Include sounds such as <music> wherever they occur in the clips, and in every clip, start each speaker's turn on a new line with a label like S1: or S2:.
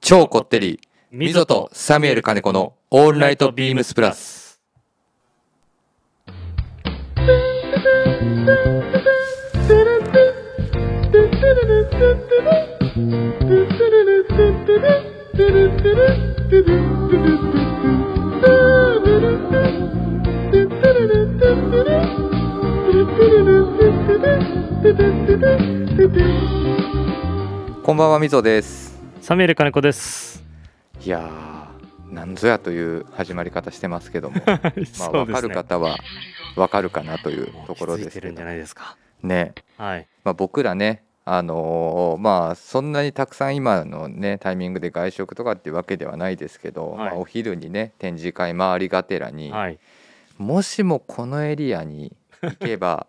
S1: 超こってり、ミゾとサミュエル金子のオールナイトビームスプラス。
S2: Thank you.
S1: こんばんは、ミゾです。
S3: サミュエル金子です。
S1: いやー、なんぞやという始まり方してますけども、ま
S3: ま
S1: あ、わかる方はわかるかなというところで
S3: つい
S1: す
S3: て
S1: け
S3: るんじ
S1: ど
S3: ゃないですか。
S1: ね。
S3: はい。
S1: まあ、僕らね、あのーまあ、そんなにたくさん今の、ね、タイミングで外食とかっていうわけではないですけど、
S3: はい
S1: まあ、お昼にね展示会回りがてらに、
S3: はい。
S1: もしもこのエリアに行け
S3: <laughs>
S1: ば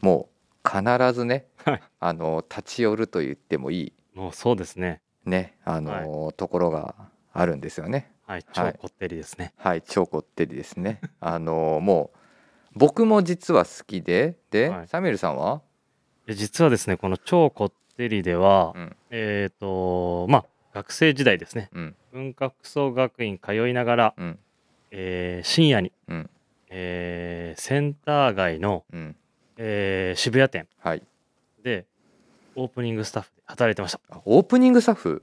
S1: もう必ずね、
S3: はい
S1: あのー立ち寄ると言ってもいい、
S3: もうそうですね。
S1: ねあのーところがあるんですよね。
S3: はい。
S1: は
S3: 超
S1: い
S3: こってりですね。
S1: はい、超こってりですね。あのーもう僕も実は好きでで、
S3: はい
S1: サミュエルさんは、
S3: で実はですね、この超こってりでは、
S1: うん
S3: えっ、と、まあ、学生時代ですね。
S1: うん
S3: 文化服装学院通いながら、
S1: うん
S3: えー深夜に、
S1: うん
S3: えーセンター街の、
S1: うん、
S3: えー渋谷店
S1: はい
S3: で、オープニングスタッフで働いてました。
S1: あオープニングスタッフ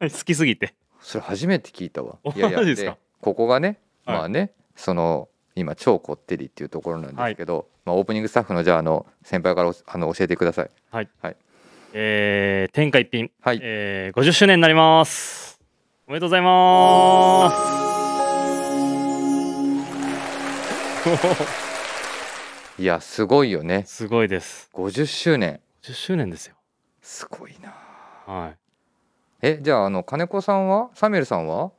S3: 好きすぎて。
S1: それ初めて聞いたわ
S3: お。マジですか
S1: でここがね、
S3: はい
S1: まあね、その今超こってりっていうところなんですけど、まあオープニングスタッフのじゃああの先輩からおあの教えてください。
S3: えー、天下一品。
S1: はい、
S3: えー、50周年になります。おめでとうございます。
S1: いやすごいよね。
S3: すごいです。
S1: 50周年、
S3: 50周年ですよ。
S1: すごいな。
S3: はい。
S1: え、じゃああの金子さんは、サミュエルさんは、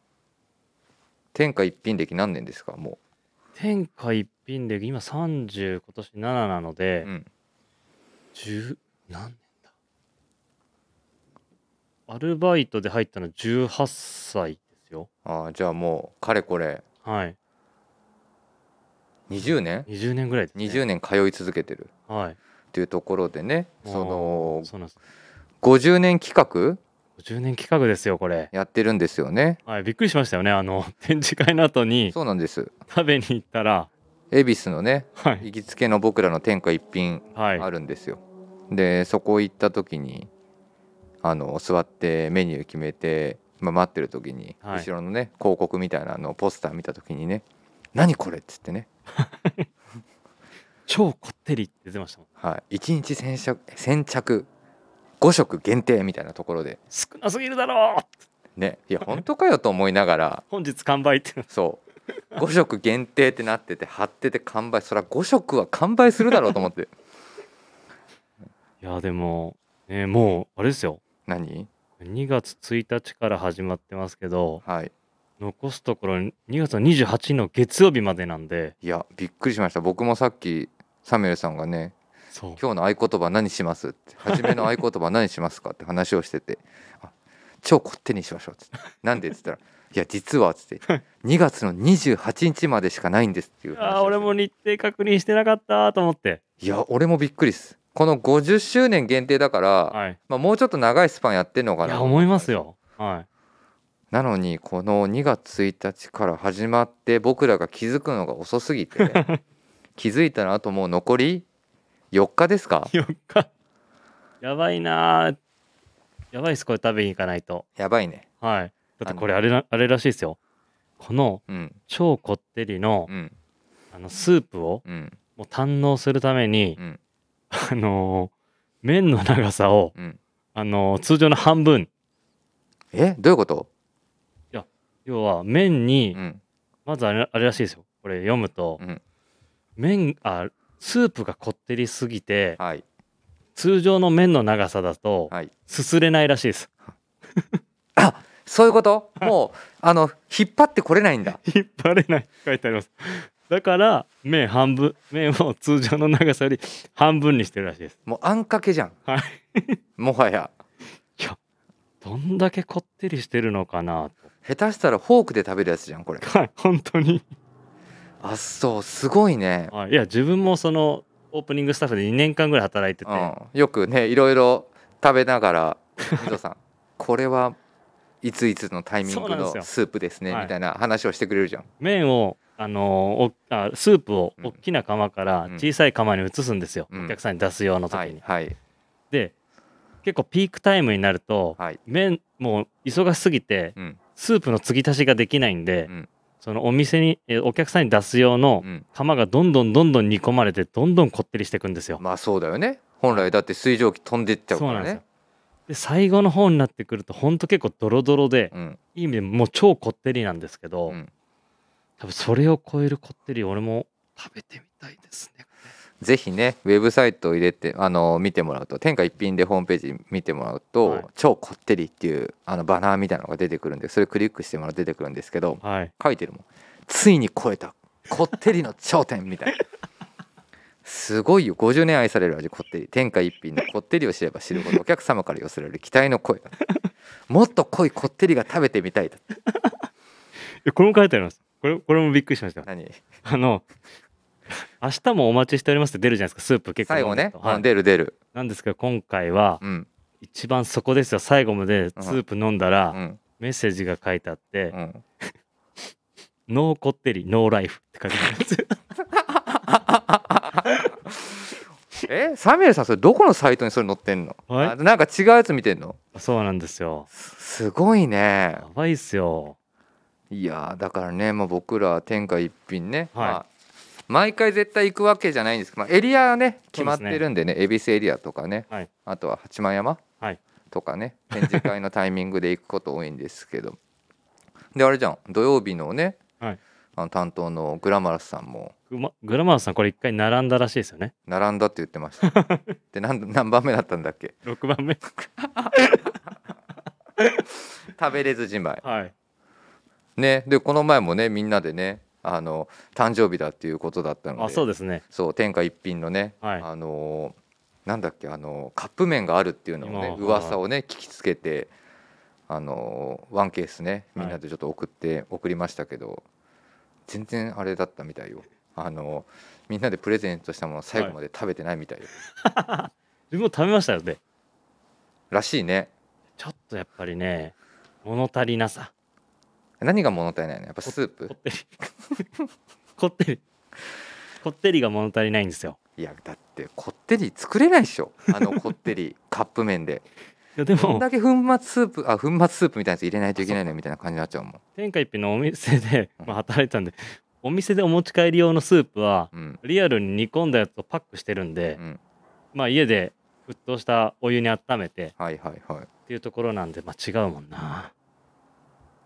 S1: 天下一品歴何年ですか、も
S3: 天下一品で今30、今年7なの
S1: う。
S3: で
S1: う、ん、
S3: 10、何年だアルバイトで入ったの18歳ですよ。
S1: あー、じゃあもうかれこれ
S3: はい。
S1: 20年、
S3: 20年ぐらいです、ね。
S1: 20年通い続けてる
S3: はい。
S1: っていうところでね、そ
S3: も
S1: の
S3: うそうなんです。
S1: 50年企画
S3: 50年企画ですよ、これ。
S1: やってるんですよね。
S3: はい、びっくりしましたよね。あの、展示会の後に
S1: そうなんです。
S3: 食べに行ったら、
S1: 恵比寿のね
S3: はい、
S1: 行きつけの僕らの天下一品
S3: は
S1: あ
S3: い、
S1: るんですよ、でそこ行った時にあの座ってメニュー決めて、まあ、待ってる時に、
S3: はい
S1: 後ろのね広告みたいなのポスター見た時にね「何これ!」っつってね
S3: 超こってりって出てましたもん
S1: 「はい、1日先着先着5食限定」みたいなところで
S3: 少なすぎるだろう
S1: ねいや
S3: <laughs>
S1: 本当かよと思いながら
S3: 本日完売って
S1: そう5食限定ってなってて貼ってて完売そりゃ5食は完売するだろうと思って <laughs>
S3: いやでも、ね、もうあれですよ
S1: 何
S3: 2月1日から始まってますけど
S1: はい
S3: 残すところ2月の28の月曜日までなんで
S1: いやびっくりしました僕もさっきサミュエルさんがね
S3: そう
S1: 「今日の合言葉何します?」って「初めの合言葉何しますか?」って話をしてて「あ超こってりにしましょう」っつって「なんで?」っつったら「いや実は」っつって「2月の28日までしかないんです」っていう話をして
S3: あー俺も日程確認してなかったと思って
S1: いや俺もびっくりですこの50周年限定だから、
S3: はい
S1: まあ、もうちょっと長いスパンやってんのか
S3: い
S1: な
S3: や思いますよは
S1: なのにこの2月1日から始まって僕らが気づくのが遅すぎて
S3: <laughs>
S1: 気づいたらあともう残り4日ですか
S3: い4日やばいなーやばいっすこれ食べに行かないと
S1: やばいね
S3: はいだってこれあれなあれらしいですよこの
S1: うん
S3: 超こってりの
S1: うん
S3: あのスープを
S1: うん
S3: もう堪能するために、
S1: うん
S3: <laughs> あのー麺の長さを、
S1: うん
S3: あのー通常の半分
S1: えどういうこと
S3: 要は麺に、
S1: うん
S3: まずあれあれらしいですよこれ読むと、
S1: うん
S3: 麺あスープがこってりすぎて
S1: はい
S3: 通常の麺の長さだと、
S1: はい
S3: すすれないらしいです <laughs>
S1: そういうこともうあの引っ張ってこれないんだ
S3: 引っ張れないって書いてありますだから麺半分麺を <laughs> 通常の長さより半分にしてるらしいです
S1: もうあんかけじゃん
S3: はい
S1: <laughs> もはや
S3: どんだけこってりしてるのかな
S1: 下手したらフォークで食べるやつじゃんこれ
S3: とはい本当に
S1: あそうすごいね
S3: あいや自分もそのオープニングスタッフで2年間ぐらい働いて
S1: <laughs>
S3: て、
S1: うんよくねいろいろ食べながら水戸さんこれはいついつのタイミン
S3: そう
S1: グ
S3: なんです
S1: の
S3: よ
S1: スープですね
S3: はい
S1: みたいな話をしてくれるじゃん、
S3: 麺をあのーおあスープを
S1: うん
S3: 大きな釜から
S1: うん
S3: 小さい釜に移すんですよ、
S1: うん
S3: お客さんに出す用の時に、
S1: はいはい
S3: で結構ピークタイムになると、
S1: はい
S3: 麺もう忙しすぎて
S1: うん
S3: スープの継ぎ足しができないんで、
S1: うん
S3: そのお店にえお客さんに出す用の
S1: うん
S3: 釜がどんどんどんどん煮込まれてどんどんこってりしていくんですよ、
S1: まあそうだよね本来だって水蒸気飛んでっちゃう
S3: そう
S1: か
S3: な
S1: ら
S3: んですよ
S1: ね
S3: で最後の方になってくるとほんと結構ドロドロで、
S1: うん
S3: いい意味でもう超こってりなんですけど、
S1: うん
S3: 多分それを超えるこってり俺も食べてみたいですね
S1: ぜひねウェブサイトを入れてあの見てもらうと天下一品でホームページ見てもらうと、
S3: はい
S1: 超こってりっていうあのバナーみたいなのが出てくるんでそれクリックしてもらうと出てくるんですけど
S3: はい
S1: 書いてるもんついに超えたこってりの頂点みたいなすごいよ50年愛される味こってり天下一品のこってりを知れば知るほどお客様から寄せられる期待の声だもっと濃いこってりが食べてみたいだ
S3: えこれも書いてありますこれこれもびっくりし
S1: <laughs>
S3: ました
S1: 何
S3: あの明日もお待ちしておりますって出るじゃないですかスープ結構
S1: 最後ね、
S3: はい
S1: うん出る出る
S3: なんですけど今回は
S1: うん
S3: 一番そこですよ最後までスープ飲んだら、
S1: うん
S3: メッセージが書いてあって
S1: う、ん
S3: ノーこってりノーライフって書いてあります
S1: えサミュエルさんそれどこのサイトにそれ載ってんの、
S3: はい
S1: あなんか違うやつ見てんの <laughs>
S3: そうなんですよ
S1: すごいね
S3: やばいっすよ
S1: いやーだからね、まあ、僕ら天下一品ね、
S3: はい
S1: まあ毎回絶対行くわけじゃないんですけど、まあ、エリアはね決まってるんでね恵比寿エリアとかね、
S3: はい
S1: あとは八幡山、
S3: はい
S1: とかね展示会のタイミングで行くこと多いんですけどであれじゃん土曜日のね、
S3: はい
S1: あの担当のグラマラスさんも
S3: グマグラマラスさんこれ一回並んだらしいですよね
S1: 並んだって言ってました
S3: <laughs>
S1: で何何番目だったんだっけ
S3: 6番目
S1: 食べれずじまい
S3: はい
S1: ねでこの前もねみんなでねあの誕生日だっていうことだったので
S3: あそうですね
S1: そう天下一品のね、
S3: はい
S1: あのーなんだっけあのーカップ麺があるっていうのをね
S3: 今
S1: 噂をね聞きつけてあのーワンケースねみんなでちょっと送って、送りましたけど全然あれだったみたいよあのーみんなでプレゼントしたものを最後まで食べてないみたいよ、
S3: 自分も食べましたよね
S1: らしいね
S3: ちょっとやっぱりね物足りなさ
S1: 何が物足りないのやっぱスープ
S3: こってり <laughs> こってりこってりが物足りないんですよ
S1: いやだってこってり作れないでしょあのこってりカップ麺で
S3: いやで
S1: こん
S3: も
S1: だけ粉末スープあ粉末スープみたいなやつ入れないといけないのみたいな感じになっちゃうもん、
S3: 天下一品のお店で、
S1: うん
S3: まあ、働いてたんでお店でお持ち帰り用のスープは
S1: うん
S3: リアルに煮込んだやつをパックしてるんで
S1: う、ん、
S3: まあ家で沸騰したお湯に温めて
S1: はいはいはい
S3: っていうところなんで、まあ違うもんな。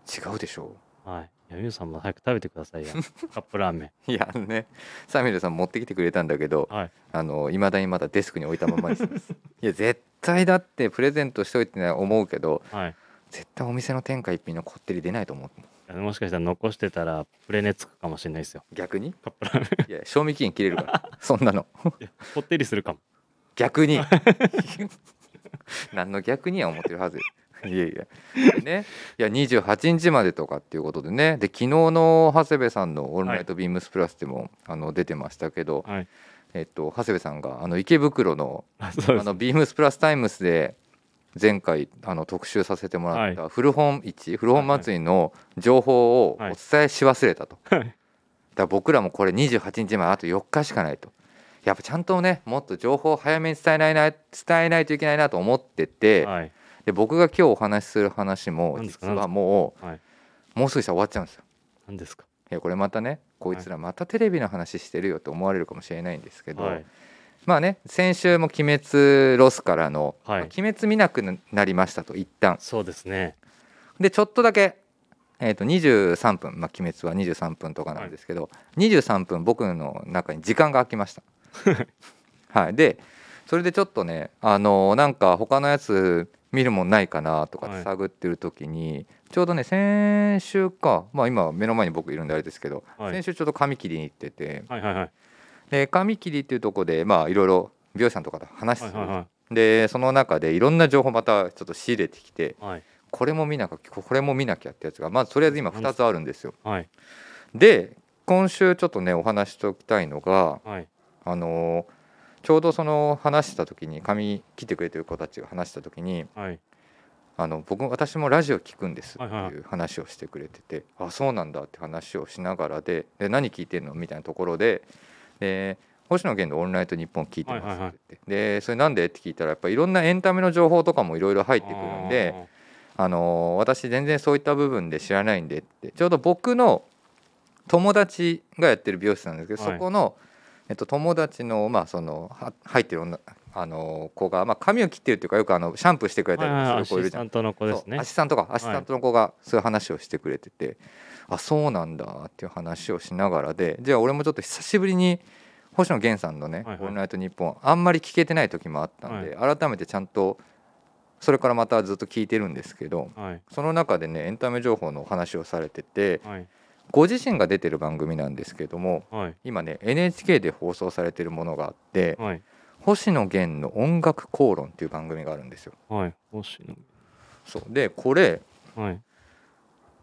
S1: 違うでしょ
S3: はい。いや、ゆうさんも早く食べてくだ
S1: <laughs>
S3: さいよ。カップラーメン。
S1: いやあのねサミュエルさん持ってきてくれたんだけど
S3: はい。
S1: あの未だにまだデスクに置いたままにして
S3: <laughs>
S1: ますいや絶対だってプレゼントしといてね思うけど
S3: はい。
S1: 絶対お店の天下一品のこってり出ないと思う
S3: いやもしかしたら残してたらプレネつくかもしれないですよ。
S1: 逆に
S3: カップラーメン。
S1: いや賞味期限切れるからそんなの
S3: いやこってりするかも。
S1: 逆に <laughs> 何の逆には思ってるはずいやいやねいや28日までとかっていうことでねで昨日の長谷部さんの「オールナイトビームスプラス」でも、あの出てましたけど、
S3: はい。
S1: えっと、長谷部さんがあの池袋の
S3: あそうで
S1: あ
S3: す。
S1: のビームスプラスタイムスで前回あの特集させてもらった古本市古本祭りの情報をお
S3: はい
S1: 伝えし忘れたと、
S3: はい
S1: だから僕らもこれ28日前あと4日しかないとやっぱちゃんとねもっと情報を早めに伝えないな伝えないといけないなと思ってて、
S3: はい。
S1: で僕が今日お話しする話も
S3: 何ですか
S1: 実はも
S3: はい。
S1: うもうすぐしたら終わっちゃうんですよ。
S3: 何ですか
S1: いやこれまたねこいつらまたテレビの話してるよと思われるかもしれないんですけど、
S3: はい。
S1: まあね先週も「鬼滅ロス」からの「
S3: はい
S1: まあ鬼滅見なくなりました」と一旦
S3: そうですね。
S1: でちょっとだけ、えー、と23分、まあ、鬼滅は23分とかなんですけど、23分僕の中に時間が空きま
S3: <laughs>
S1: した。はい、でそれでちょっとねあのーなんか他のやつ見るもんないかなとかって
S3: はい
S1: 探ってる時に、ちょうどね先週かまあ今目の前に僕いるんであれですけど、
S3: はい
S1: 先週ちょっと髪切りに行ってて
S3: はいはいはい。
S1: で髪切りっていうとこでまあいろいろ美容師さんとかと話す
S3: は
S1: る
S3: いはいは
S1: でその中でいろんな情報またちょっと仕入れてきて
S3: い。はい。
S1: これも見なきゃこれも見なきゃってやつがまずとりあえず今2つあるんですよ
S3: はい。
S1: で今週ちょっとねお話ししておきたいのが
S3: はい。
S1: あのーちょうどその話した時に髪切ってくれてる子たちが話した時に
S3: はい。
S1: あの僕も私もラジオ聞くんですって
S3: はいはいはい
S1: いう話をしてくれてて、あそうなんだって話をしながらでで何聞いてんのみたいなところでで星野源の「オンライトニッポン」聞いてますって言って、
S3: はいはい
S1: でそれなんでって聞いたらやっぱいろんなエンタメの情報とかもいろいろ入ってくるんで。あのー私全然そういった部分で知らないんでってちょうど僕の友達がやってる美容室なんですけど、
S3: はい
S1: そこの、えっと、友達の,、まあ、そのは入ってる女あのー子が、まあ、髪を切ってるっていうかよくあのシャンプーしてくれ
S3: あー
S1: た
S3: はい
S1: り
S3: はい
S1: す
S3: は
S1: る子い
S3: いア
S1: る
S3: シス
S1: じゃ
S3: タ
S1: ん、
S3: ントの子で
S1: そう
S3: すね
S1: アシスタントかアシスタントの子がそういう話をしてくれてて、あそうなんだっていう話をしながらでじゃあ俺もちょっと久しぶりに星野源さんのね「
S3: はいはい
S1: オールナイトニッポン」あんまり聞けてない時もあったんで、改めてちゃんとそれからまたずっと聞いてるんですけど
S3: はい
S1: その中でねエンタメ情報のお話をされてて
S3: はい
S1: ご自身が出てる番組なんですけども
S3: はい
S1: 今ね NHK で放送されてるものがあって
S3: はい
S1: 星野源の音楽口論っていう番組があるんですよ。
S3: はい星野
S1: そうでこれ
S3: はい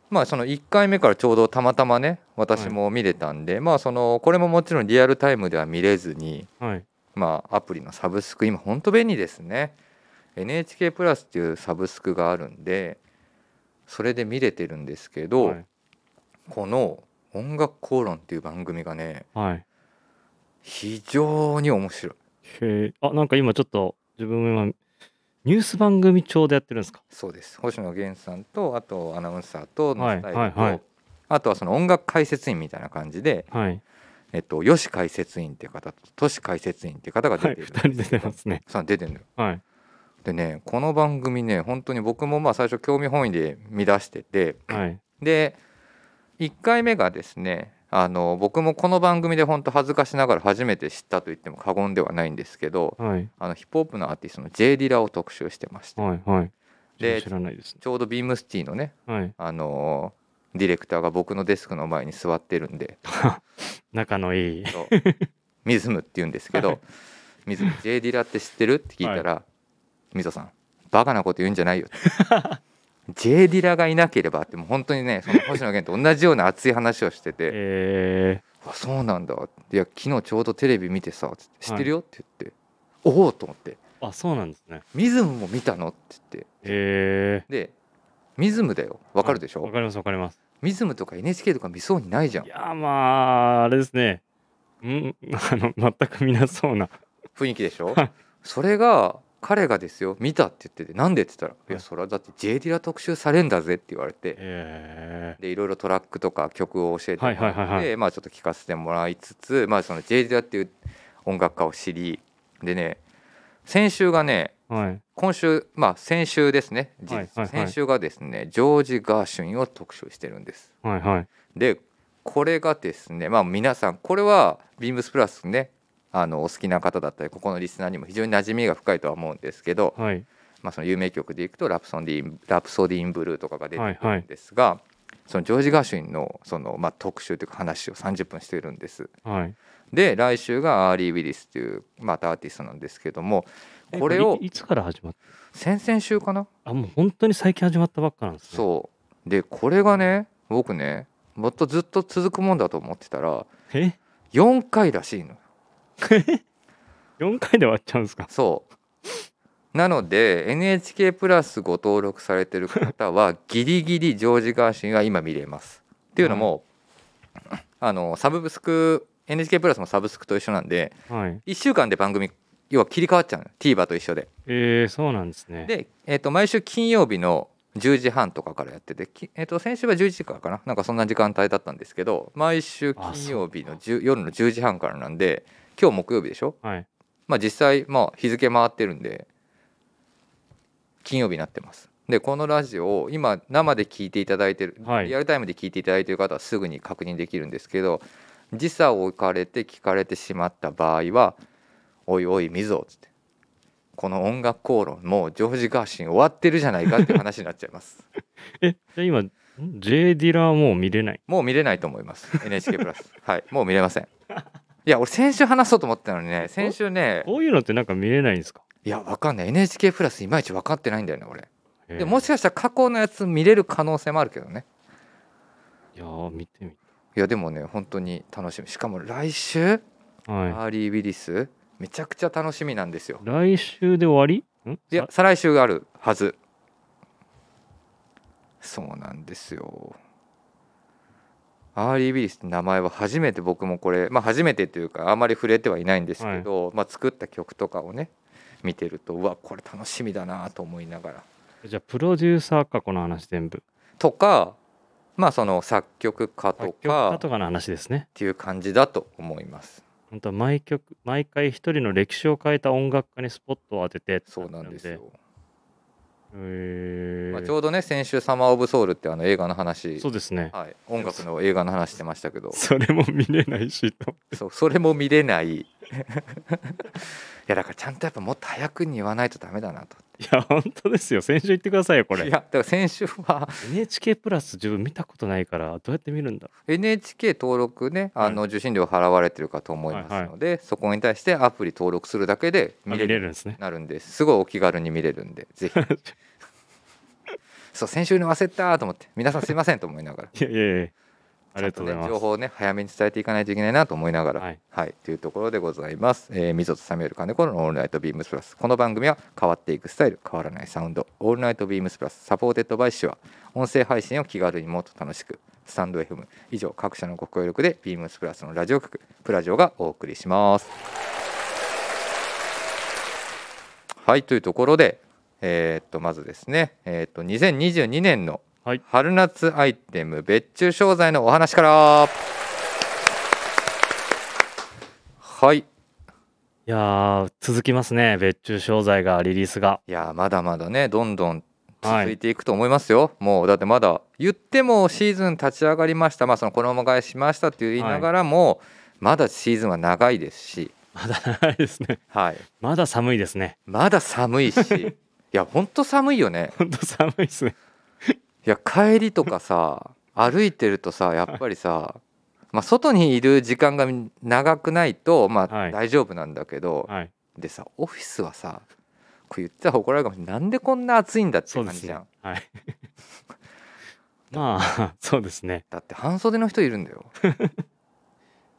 S1: まあその1回目からちょうどたまたまね私も見れたんで、まあそのこれももちろんリアルタイムでは見れずに
S3: はい
S1: まあアプリのサブスク今ほんと便利ですね NHK プラスっていうサブスクがあるんでそれで見れてるんですけど、
S3: はい
S1: この「音楽口論」っていう番組がね
S3: はい
S1: 非常に面白い
S3: へえあなんか今ちょっと自分も今ニュース番組調でやってるんですか
S1: そうです星野源さんとあとアナウンサーとの
S3: はい
S1: スタイルと、
S3: はいはい
S1: あとはその音楽解説員みたいな感じで、
S3: はい
S1: えっと、よし解説員っていう方ととし解説員っていう方が
S3: は
S1: 出
S3: い
S1: てるん
S3: 二人出てますね
S1: さあ出てんのよ
S3: はい
S1: でねこの番組ね本当に僕もまあ最初興味本位で見出してて
S3: はい
S1: で1回目がですねあの僕もこの番組で本当恥ずかしながら初めて知ったと言っても過言ではないんですけど
S3: はい
S1: あのヒップホップのアーティストの J ・ディラを特集してました
S3: はいはい
S1: で
S3: 知らないですね
S1: ちょうどビームスティのね、
S3: はい
S1: あのーディレクターが僕のデスクの前に座ってるんで
S3: 仲のいい
S1: そうミズムって言うんですけ
S3: は
S1: ど
S3: い
S1: 「ミズム J ・ディラって知ってる?」って聞いたら「ミゾさんバカなこと言うんじゃないよ」J ・ <laughs> ディラがいなければ」ってもう本当にねそ
S3: <laughs>
S1: の星野源と同じような熱い話をしてて。
S3: え
S1: あそうなんだいや昨日ちょうどテレビ見てさつって知ってるよって言って、おおと思って
S3: ー、あそうなんですね
S1: ミズムも見たのって言って
S3: え
S1: でミズムだよ
S3: ー、
S1: わかるでしょ、
S3: わかりますわかります
S1: ミズムとか NHK とか見そうにないじゃん
S3: いやーまああれですねうんあの全く見なそうな
S1: 雰囲気でしょ
S3: はい
S1: それが彼がですよ見たって言っててなんでって言ったら「い
S3: は
S1: や
S3: い
S1: それはだって J ・ディラ特集されんだぜ」って言われて
S3: え
S1: でいろいろトラックとか曲を教えても
S3: はいはい
S1: ら
S3: は
S1: っ
S3: い
S1: てまあちょっと聞かせてもらいつつまあその J ・ディラっていう音楽家を知りでね先週がね
S3: ー、はい
S1: 今週まあ先週ですね、
S3: はいはいはい
S1: 先週がですねジョージ・ガーシュインを特集してるんです
S3: はいはい
S1: でこれがですねまあ皆さんこれはビームスプラスねあのお好きな方だったりここのリスナーにも非常に馴染みが深いとは思うんですけど、
S3: はい
S1: まあ、その有名曲でいくと「ラプソディーン・ラプソディーンブルー」とかが出て
S3: はい
S1: る
S3: は
S1: ん
S3: い
S1: ですが、そのジョージ・ガーシュインのその、まあ、特集というか話を30分してるんです
S3: はい
S1: で来週がアーリー・ウィリスという、またアーティストなんですけども
S3: え
S1: これを
S3: いいつから始まっ
S1: 先々週かな
S3: たあもう本当に最近始まったばっかなんですねう
S1: そうでこれがね僕ねもっとずっと続くもんだと思ってたら
S3: え
S1: 4回らしいの
S3: 4回で終わっちゃうんですか
S1: そうなので NHK プラスご登録されてる方は <laughs> ギリギリジョージ・ガーシュインは今見れますっていうのも、あのサブスク NHK プラスもサブスクと一緒なんで
S3: は
S1: 1
S3: い
S1: 週間で番組要は切り替わっちゃうの TVer と一緒で
S3: えー、そうなんですね
S1: で、えー、と毎週金曜日の10時半とかからやってて、きえー、と先週は11時からかななんかそんな時間帯だったんですけど毎週金曜日の10夜の10時半からなんで今日木曜日でしょ、
S3: はい
S1: まあ、実際、まあ、日付回ってるんで金曜日になってますでこのラジオを今生で聞いていただいてる、
S3: はい
S1: リアルタイムで聞いていただいてる方はすぐに確認できるんですけど時差を置かれて聞かれてしまった場合は「おいおい水を」つって「この音楽口論もうジョージ・ガーシン終わってるじゃないか」っていう話になっちゃいます <laughs>
S3: えじゃあ今ん J ディラーもう見れない
S1: もう見れないと思います NHK プラスはいもう見れませんいや俺先週話そうと思ってたのにね先週ね
S3: こういうのってなんか見れないんですか、
S1: いやわかんない NHK プラスいまいち分かってないんだよね俺
S3: えー
S1: でもしかしたら過去のやつ見れる可能性もあるけどね
S3: いやー見てみ
S1: いやでもね本当に楽しみしかも来週
S3: たは
S1: アーリー・ウィリスめちゃくちゃ楽しみなんですよ
S3: い来週で終わりん
S1: いや再来週があるはずそうなんですよアーリービリスって名前は初めて僕もこれまあ初めてというかあんまり触れてはいないんですけど、まあ、作った曲とかをね見てるとうわこれ楽しみだなと思いながら。
S3: じゃあプロデューサーかこの話全部
S1: とかまあその作曲家と
S3: 作曲家
S1: か
S3: とかの話ですね
S1: っていう感じだと思います。
S3: 本当は毎曲毎回一人の歴史を変えた音楽家にスポットを当ててって
S1: そうなんですよ、
S3: へ
S1: まあ、
S3: ー
S1: ちょうどね先週「サマー・オブ・ソウル」ってあの映画の話
S3: そうですね
S1: はい、音楽の映画の話してましたけど
S3: それも見れないしと
S1: そうそれも見れ
S3: <laughs>
S1: ないいやだからちゃんとやっぱもっと早くに言わないとダメだなと
S3: いや本当ですよ先週言ってくださいよこ
S1: い
S3: れ
S1: やだから先週は
S3: NHK プラス自分見たことないからどうやって見るんだ
S1: NHK 登録ねあの受信料払われてるかと思いますので、そこに対してアプリ登録するだけで
S3: あ見
S1: 見れ
S3: れ
S1: るよう
S3: るんですね
S1: になるんですごいお気軽に見れるんでぜひそう先週に忘れたと思って皆さんすいませんと思いながら
S3: いやいやいやありがとうござ
S1: ちゃんね
S3: いま
S1: 情
S3: す
S1: 報をね早めに伝えていかないといけないなと思いながら
S3: は
S1: はいい、というところでございます。えー、溝とサミュエル金子のオールナイトビームスプラスこの番組は変わっていくスタイル変わらないサウンドオールナイトビームスプラスサポーテッドバイシュア音声配信を気軽にもっと楽しくスタンド FM 以上各社のご協力でビームスプラスのラジオ局プラジオがお送りします。はいというところでえーっとまずですねえーっと2022年の
S3: はい
S1: 春夏アイテム別注商材のお話からはいい
S3: いやー続きますね別注商材がリリースが
S1: やーまだまだねどんどん
S3: は
S1: 続い
S3: い
S1: ていくと思いますよ、もうだってまだ言ってもシーズン立ち上がりましたまあその衣替えしましたって言いながらも、まだシーズンは長いですし、
S3: まだ長いですね
S1: はい、
S3: まだ寒いですね
S1: まだ寒いし
S3: <laughs>
S1: いやほんと寒いよね
S3: 本当寒いですね
S1: いや帰りとかさ歩いてるとさやっぱりさ、まあ、外にいる時間が長くないと、ま
S3: は
S1: あ、
S3: い
S1: 大丈夫なんだけど、
S3: はい
S1: でさオフィスはさこれ言ったら怒られるかもしれないなんでこんな暑いんだって
S3: そう
S1: 感
S3: で
S1: じじ
S3: す
S1: ゃ
S3: ね
S1: ん、
S3: はい <laughs> まあそうですね
S1: だって半袖の人いるんだよ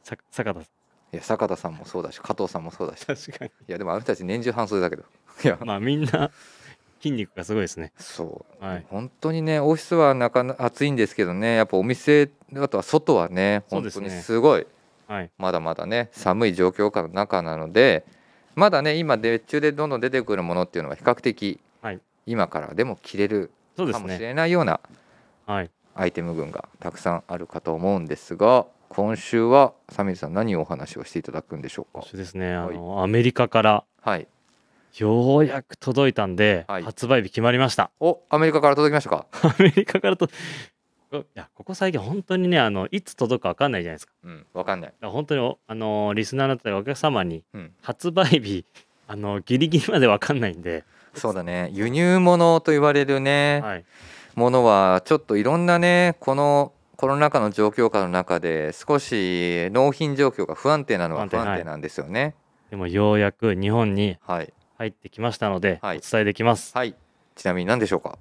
S3: さ坂田さ
S1: いや坂田さんもそうだし加藤さんもそうだしい
S3: ん確かに
S1: やでもあの人たち年中半袖だけどいや
S3: まあみんな筋肉がすごいですね
S1: そう、
S3: はい
S1: 本当にねオフィスはなかなか暑いんですけどねやっぱお店あとは外はね
S3: そう
S1: 本
S3: です
S1: 当
S3: ね
S1: にすごい
S3: はい
S1: まだまだね寒い状況下の中なのでまだね今熱中でどんどん出てくるものっていうのは比較的、
S3: はい
S1: 今からでも着れる
S3: そうで
S1: か
S3: す
S1: もし
S3: ね
S1: れないような
S3: はい
S1: アイテム群がたくさんあるかと思うんですが今週はサミュエルさん何をお話をしていただくんでしょう
S3: そ
S1: か
S3: してですねあのアメリカから
S1: はい
S3: ようやく届いたんで、
S1: はい
S3: 発売日決まりました <laughs>
S1: おアメリカから届きましたか、
S3: アメリカからといやここ最近本当にねあのいつ届くか分かんないじゃないですか
S1: うん、わかんない
S3: だから本当におあのリスナーだったりお客様に
S1: うん
S3: 発売日 <laughs> あのギリギリまで分かんないんで、
S1: そうだね輸入物と言われるね、
S3: はい、
S1: ものはちょっといろんなねこのコロナ禍の状況下の中で少し納品状況が不安定なのは
S3: 不
S1: 不
S3: 安定
S1: 安定なんですよね。
S3: でもようやく日本に
S1: はい、
S3: 入ってきましたので、
S1: はい
S3: お伝えできます、
S1: はい、ちなみに何でしょうか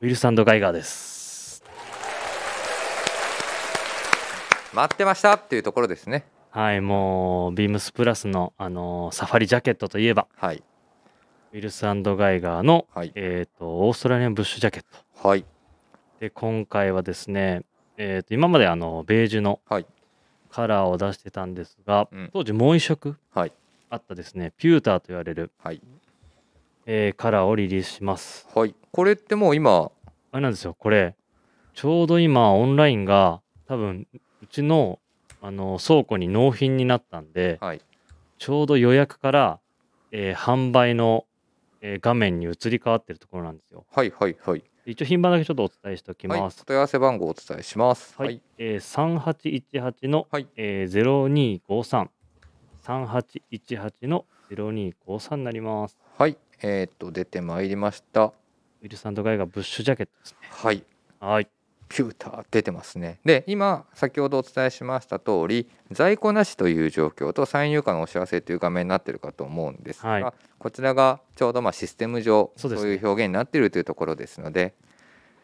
S3: ウィルサンド・ガイガーです
S1: 待ってましたっていうところですね。
S3: はいもうビームスプラスの、あのサファリジャケットといえば
S1: はい、
S3: ウィルサンド・ガイガーの、
S1: はい
S3: えー、とオーストラリアンブッシュジャケット
S1: はい、
S3: で今回はですね、えー、と今まであのベージュの
S1: はい
S3: カラーを出してたんですが、
S1: うん
S3: 当時もう一色
S1: はい
S3: あったですねピューターと言われる、
S1: はい、
S3: えーカラーをリリースします
S1: はい、これってもう今、
S3: あれなんですよこれちょうど今オンラインが多分うちのあの倉庫に納品になったんで
S1: はい、
S3: ちょうど予約から、えー販売の、えー画面に移り変わってるところなんですよ
S1: はい、はい、はい、
S3: 一応品番だけちょっとお伝えしておき
S1: はい、
S3: ま
S1: お
S3: す、
S1: 問い合わせ番号をお伝えします。
S3: はい、
S1: はい、
S3: えー、3818の、
S1: はい
S3: えー、0253 3818の0253になります。
S1: はい、えーっと出てまいりました。
S3: ウィルサンドガイがブッシュジャケットですね。
S1: はい、
S3: はい。
S1: ピューター出てますねで今先ほどお伝えしました通り在庫なしという状況と産油価のお知らせという画面になってるかと思うんですが、
S3: はい
S1: こちらがちょうどまあシステム上そ
S3: そ
S1: うう,、
S3: ですね
S1: いう表現になっているというところですので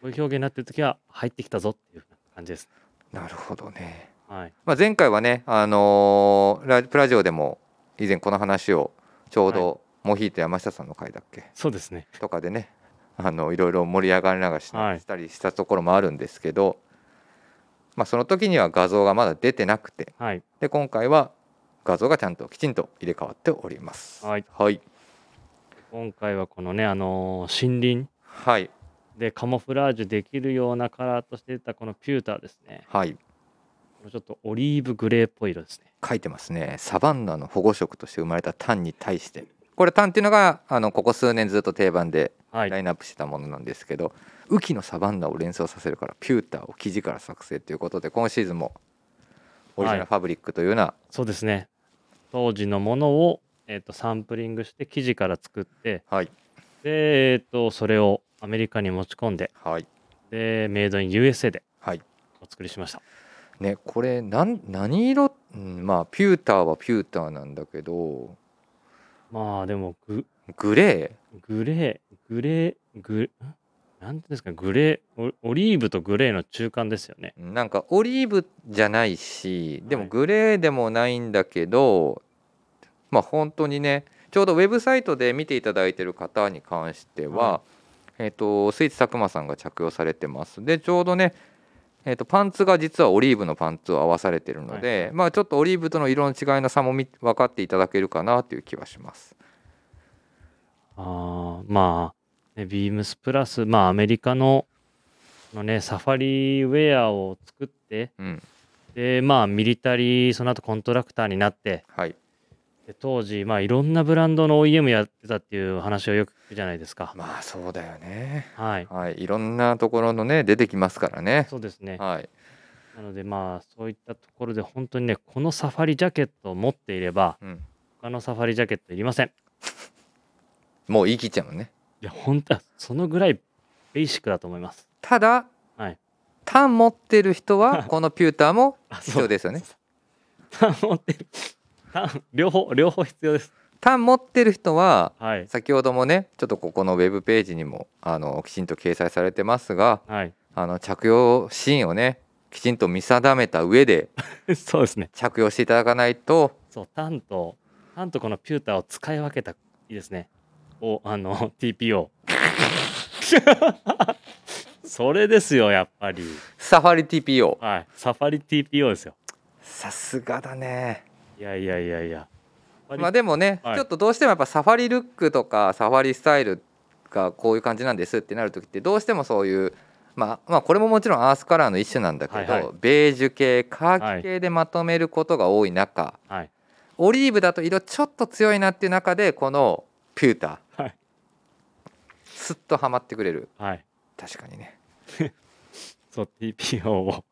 S3: こういう表現になってる時は入ってきたぞっていう感じです。
S1: なるほどね、
S3: はい。
S1: まあ、前回はね、あのーラプラジオでも以前この話をちょうどモヒート山下さんの回だっけ
S3: そうですね。
S1: とかでねあのいろいろ盛り上がりながらし
S3: はい
S1: したりしたところもあるんですけど、まあ、その時には画像がまだ出てなくて
S3: はい。
S1: で今回は画像がちゃんときちんと入れ替わっております。
S3: はい、
S1: はい、
S3: 今回はこのね、あのー森林
S1: はい、
S3: でカモフラージュできるようなカラーとして出たこのピューターですね。
S1: はい
S3: これちょっとオリーブグレーっぽい色ですね。
S1: 書いてますねサバンナの保護色として生まれたタンに対してこれタンっていうのがあのここ数年ずっと定番で
S3: はい。
S1: ラインナップしてたものなんですけど、雨季のサバンナを連想させるからピューターを生地から作成ということで今シーズンもオリジナルファブリックというような、
S3: そうですね。当時のものを、えっとサンプリングして生地から作って、
S1: はい
S3: で、えっとそれをアメリカに持ち込んで、
S1: はい
S3: で、メイドイン USA で
S1: はい
S3: お作りしました。
S1: ねこれなん何色、うん、まあピューターはピューターなんだけど
S3: まあでもグ、
S1: グレ
S3: グレー、グレー、グんなんていうんですか、グレーオ、オリーブとグレーの中間ですよね。
S1: ーなんかオリーブじゃないしでも
S3: はい
S1: グレーでもないんだけど、まあ本当にねちょうどウェブサイトで見ていただいてる方に関しては、
S3: は
S1: えー、とスイーツ佐久間さんが着用されてますでちょうどね、えー、とパンツが実はオリーブのパンツを合わされてるので、まあ、ちょっとオリーブとの色の違いの差もみ分かっていただけるかなという気はします。
S3: あーまあ、ね、ビームスプラス、まあアメリカの、のね、サファリウェアを作って、
S1: うん
S3: で、まあミリタリー、その後コントラクターになって、
S1: はい
S3: で当時、まあ、いろんなブランドの OEM やってたっていう話をよく聞くじゃないですか。
S1: まあそうだよね、
S3: はい。
S1: はい、いろんなところのね出てきますからね。
S3: そうですね。
S1: はい、
S3: なので、まあ、そういったところで、本当にね、このサファリジャケットを持っていれば、
S1: うん、
S3: 他のサファリジャケットいりません。
S1: もう言い切っちゃうのね。
S3: いや、本当はそのぐらいベーシックだと思います。
S1: ただ、
S3: はい <laughs>
S1: タン持ってる人はこのピューターも
S3: あ、
S1: 必要ですよね。
S3: タン持ってる。タン両方、両方必要です。
S1: タン持ってる人は
S3: はい。
S1: 先ほどもねちょっとここのウェブページにもあのきちんと掲載されてますが
S3: はい。 <laughs>
S1: あの着用シーンをねきちんと見定めた上で
S3: そうですね。
S1: 着用していただかないと
S3: そう、タンと、タンとこのピューターを使い分けた、いいですね。お、あの、TPO。それですよ、やっぱり。
S1: サファリ TPO
S3: はい。サファリ TPO ですよ。
S1: さすがだね
S3: いやいやいやいや。サファリ
S1: まあでもね、
S3: はい
S1: ちょっとどうしてもやっぱサファリルックとかサファリスタイルがこういう感じなんですってなる時ってどうしてもそういう、まあ、まあこれももちろんアースカラーの一種なんだけど、
S3: はいはい
S1: ベージュ系カーキ系でまとめることが多い中、
S3: はい。
S1: オリーブだと色ちょっと強いなっていう中でこのピューター、
S3: はい
S1: スッとはまってくれる
S3: はい。
S1: 確かにね
S3: そう、
S1: <laughs>
S3: TPO を、